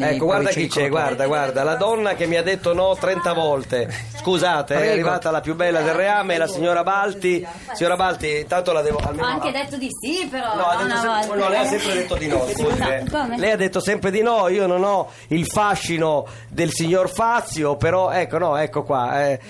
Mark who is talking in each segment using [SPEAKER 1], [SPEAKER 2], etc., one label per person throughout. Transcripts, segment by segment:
[SPEAKER 1] Ecco, guarda chi c'è, guarda, guarda, la donna che mi ha detto no 30 volte. Scusate, è arrivata la più bella del reame, la signora Balti. Signora Balti, tanto la devo almeno-
[SPEAKER 2] detto di sì, però.
[SPEAKER 1] No, ha detto sempre- no, lei ha sempre detto di no, scusi. eh. Lei ha detto sempre di no, io non ho il fascino del signor Fazio, però ecco, no, ecco qua. eh.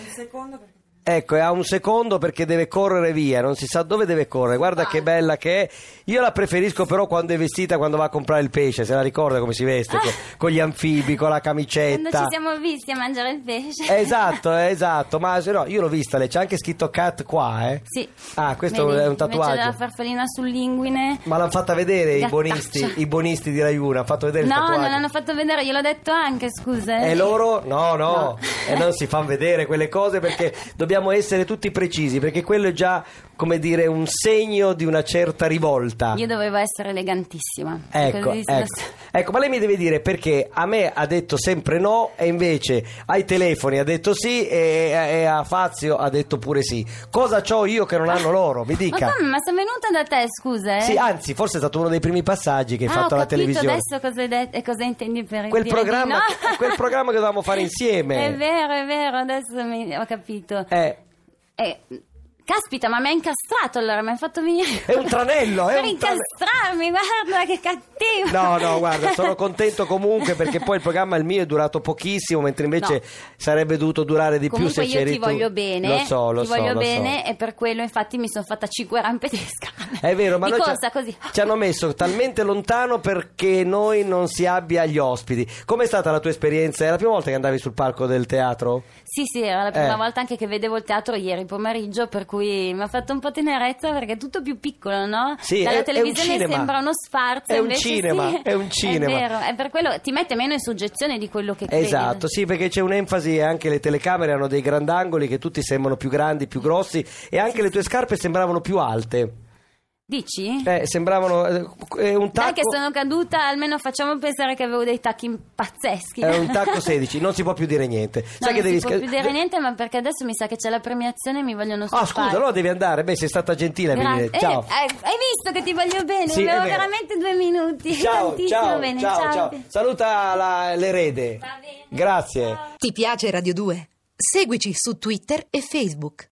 [SPEAKER 1] Ecco, ha un secondo perché deve correre via, non si sa dove deve correre. Guarda
[SPEAKER 3] Ah.
[SPEAKER 1] che bella che è. Io la preferisco però quando è vestita, quando va a comprare il pesce, se la ricorda come si veste, co- con, gli anfibi, con la
[SPEAKER 3] Ah. Quando
[SPEAKER 1] camicetta.
[SPEAKER 3] ci siamo visti a mangiare il pesce.
[SPEAKER 1] Eh, Esatto, eh, esatto, ma se no, io l'ho vista, lei c'è anche scritto cat qua, eh.
[SPEAKER 3] Sì.
[SPEAKER 1] Ah, questo
[SPEAKER 3] Vedi,
[SPEAKER 1] è un
[SPEAKER 3] Invece la
[SPEAKER 1] tatuaggio.
[SPEAKER 3] farfallina sull'inguine.
[SPEAKER 1] Ma l'hanno fatta vedere i
[SPEAKER 3] Gattaccia.
[SPEAKER 1] bonisti, i bonisti di Rai Uno, hanno fatto vedere il
[SPEAKER 3] No,
[SPEAKER 1] tatuaggio.
[SPEAKER 3] non l'hanno fatto vedere, gliel'ho detto anche, scusa.
[SPEAKER 1] E loro? No, no,
[SPEAKER 3] Eh? No.
[SPEAKER 1] e non si fanno vedere quelle cose perché dobbiamo essere tutti precisi, perché quello è già, come dire, un segno di una certa rivolta.
[SPEAKER 3] Io dovevo essere elegantissima.
[SPEAKER 1] Ecco,
[SPEAKER 3] Così si-
[SPEAKER 1] ecco. Ecco, ma lei mi deve dire perché a me ha detto sempre no e invece ai telefoni ha detto sì e, e a Fazio ha detto pure sì. Cosa c'ho io che non hanno loro? Mi
[SPEAKER 3] Ma,
[SPEAKER 1] dica.
[SPEAKER 3] come? ma sono venuta da te, scusa. eh?
[SPEAKER 1] Sì, anzi, forse è stato uno dei primi passaggi che hai
[SPEAKER 3] Ah,
[SPEAKER 1] fatto
[SPEAKER 3] ho
[SPEAKER 1] alla
[SPEAKER 3] capito
[SPEAKER 1] televisione.
[SPEAKER 3] adesso cosa, hai detto e cosa intendi per
[SPEAKER 1] Quel
[SPEAKER 3] dire
[SPEAKER 1] programma-
[SPEAKER 3] di no.
[SPEAKER 1] quel programma che dovevamo fare insieme.
[SPEAKER 3] È vero, è vero, adesso mi- ho capito.
[SPEAKER 1] Eh,
[SPEAKER 3] Eh, caspita, ma mi ha incastrato allora, mi ha fatto venire...
[SPEAKER 1] È un tranello, è
[SPEAKER 3] Per
[SPEAKER 1] un tranello.
[SPEAKER 3] incastrarmi, guarda che cattivo.
[SPEAKER 1] No, no, guarda, sono contento comunque perché poi il programma il mio è durato pochissimo, mentre invece
[SPEAKER 3] No.
[SPEAKER 1] sarebbe dovuto durare di
[SPEAKER 3] Comunque
[SPEAKER 1] più se c'eri
[SPEAKER 3] io ti
[SPEAKER 1] tu.
[SPEAKER 3] voglio bene,
[SPEAKER 1] Lo so, lo
[SPEAKER 3] ti
[SPEAKER 1] so,
[SPEAKER 3] voglio
[SPEAKER 1] lo so.
[SPEAKER 3] bene e per quello infatti mi sono fatta cinque rampe di scala.
[SPEAKER 1] È vero, ma
[SPEAKER 3] di
[SPEAKER 1] noi ci-
[SPEAKER 3] corsa, così.
[SPEAKER 1] ci hanno messo talmente lontano perché noi non si abbia gli ospiti. Com'è stata la tua esperienza? È la prima volta che andavi sul palco del teatro?
[SPEAKER 3] Sì, sì, era la prima
[SPEAKER 1] Eh.
[SPEAKER 3] volta anche che vedevo il teatro ieri pomeriggio, per cui mi ha fatto un po' tenerezza perché è tutto più piccolo, no?
[SPEAKER 1] Sì, è- è
[SPEAKER 3] Dalla
[SPEAKER 1] un
[SPEAKER 3] televisione
[SPEAKER 1] cinema.
[SPEAKER 3] sembra uno sfarzo.
[SPEAKER 1] È un
[SPEAKER 3] invece
[SPEAKER 1] cinema,
[SPEAKER 3] sì.
[SPEAKER 1] è un cinema.
[SPEAKER 3] È vero, è per quello ti mette meno in soggezione di quello che credi.
[SPEAKER 1] Esatto, sì, perché c'è un'enfasi e anche le telecamere hanno dei grandangoli che tutti sembrano più grandi, più grossi e anche le tue scarpe sembravano più alte.
[SPEAKER 3] Dici?
[SPEAKER 1] Eh, sembravano eh, eh, un
[SPEAKER 3] Dai
[SPEAKER 1] tacco
[SPEAKER 3] che sono caduta, almeno facciamo pensare che avevo dei tacchi pazzeschi.
[SPEAKER 1] È Eh, un tacco 16, non si può più dire niente.
[SPEAKER 3] No,
[SPEAKER 1] Sai che
[SPEAKER 3] non
[SPEAKER 1] devi
[SPEAKER 3] si può
[SPEAKER 1] sca-
[SPEAKER 3] più dire niente, ma perché adesso mi sa che c'è la premiazione e mi vogliono
[SPEAKER 1] Ah,
[SPEAKER 3] scappare.
[SPEAKER 1] scusa, allora devi andare. Beh, sei stata gentile a venire. Ciao.
[SPEAKER 3] hai visto che ti voglio bene?
[SPEAKER 1] Sì, è
[SPEAKER 3] Avevo
[SPEAKER 1] vero.
[SPEAKER 3] veramente due minuti.
[SPEAKER 1] Ciao,
[SPEAKER 3] Tantissimo
[SPEAKER 1] ciao,
[SPEAKER 3] bene.
[SPEAKER 1] ciao,
[SPEAKER 3] Ciao.
[SPEAKER 1] ciao. Saluta la- l'erede.
[SPEAKER 3] Va bene.
[SPEAKER 1] Grazie.
[SPEAKER 4] Ti piace Radio 2? Seguici su Twitter e Facebook.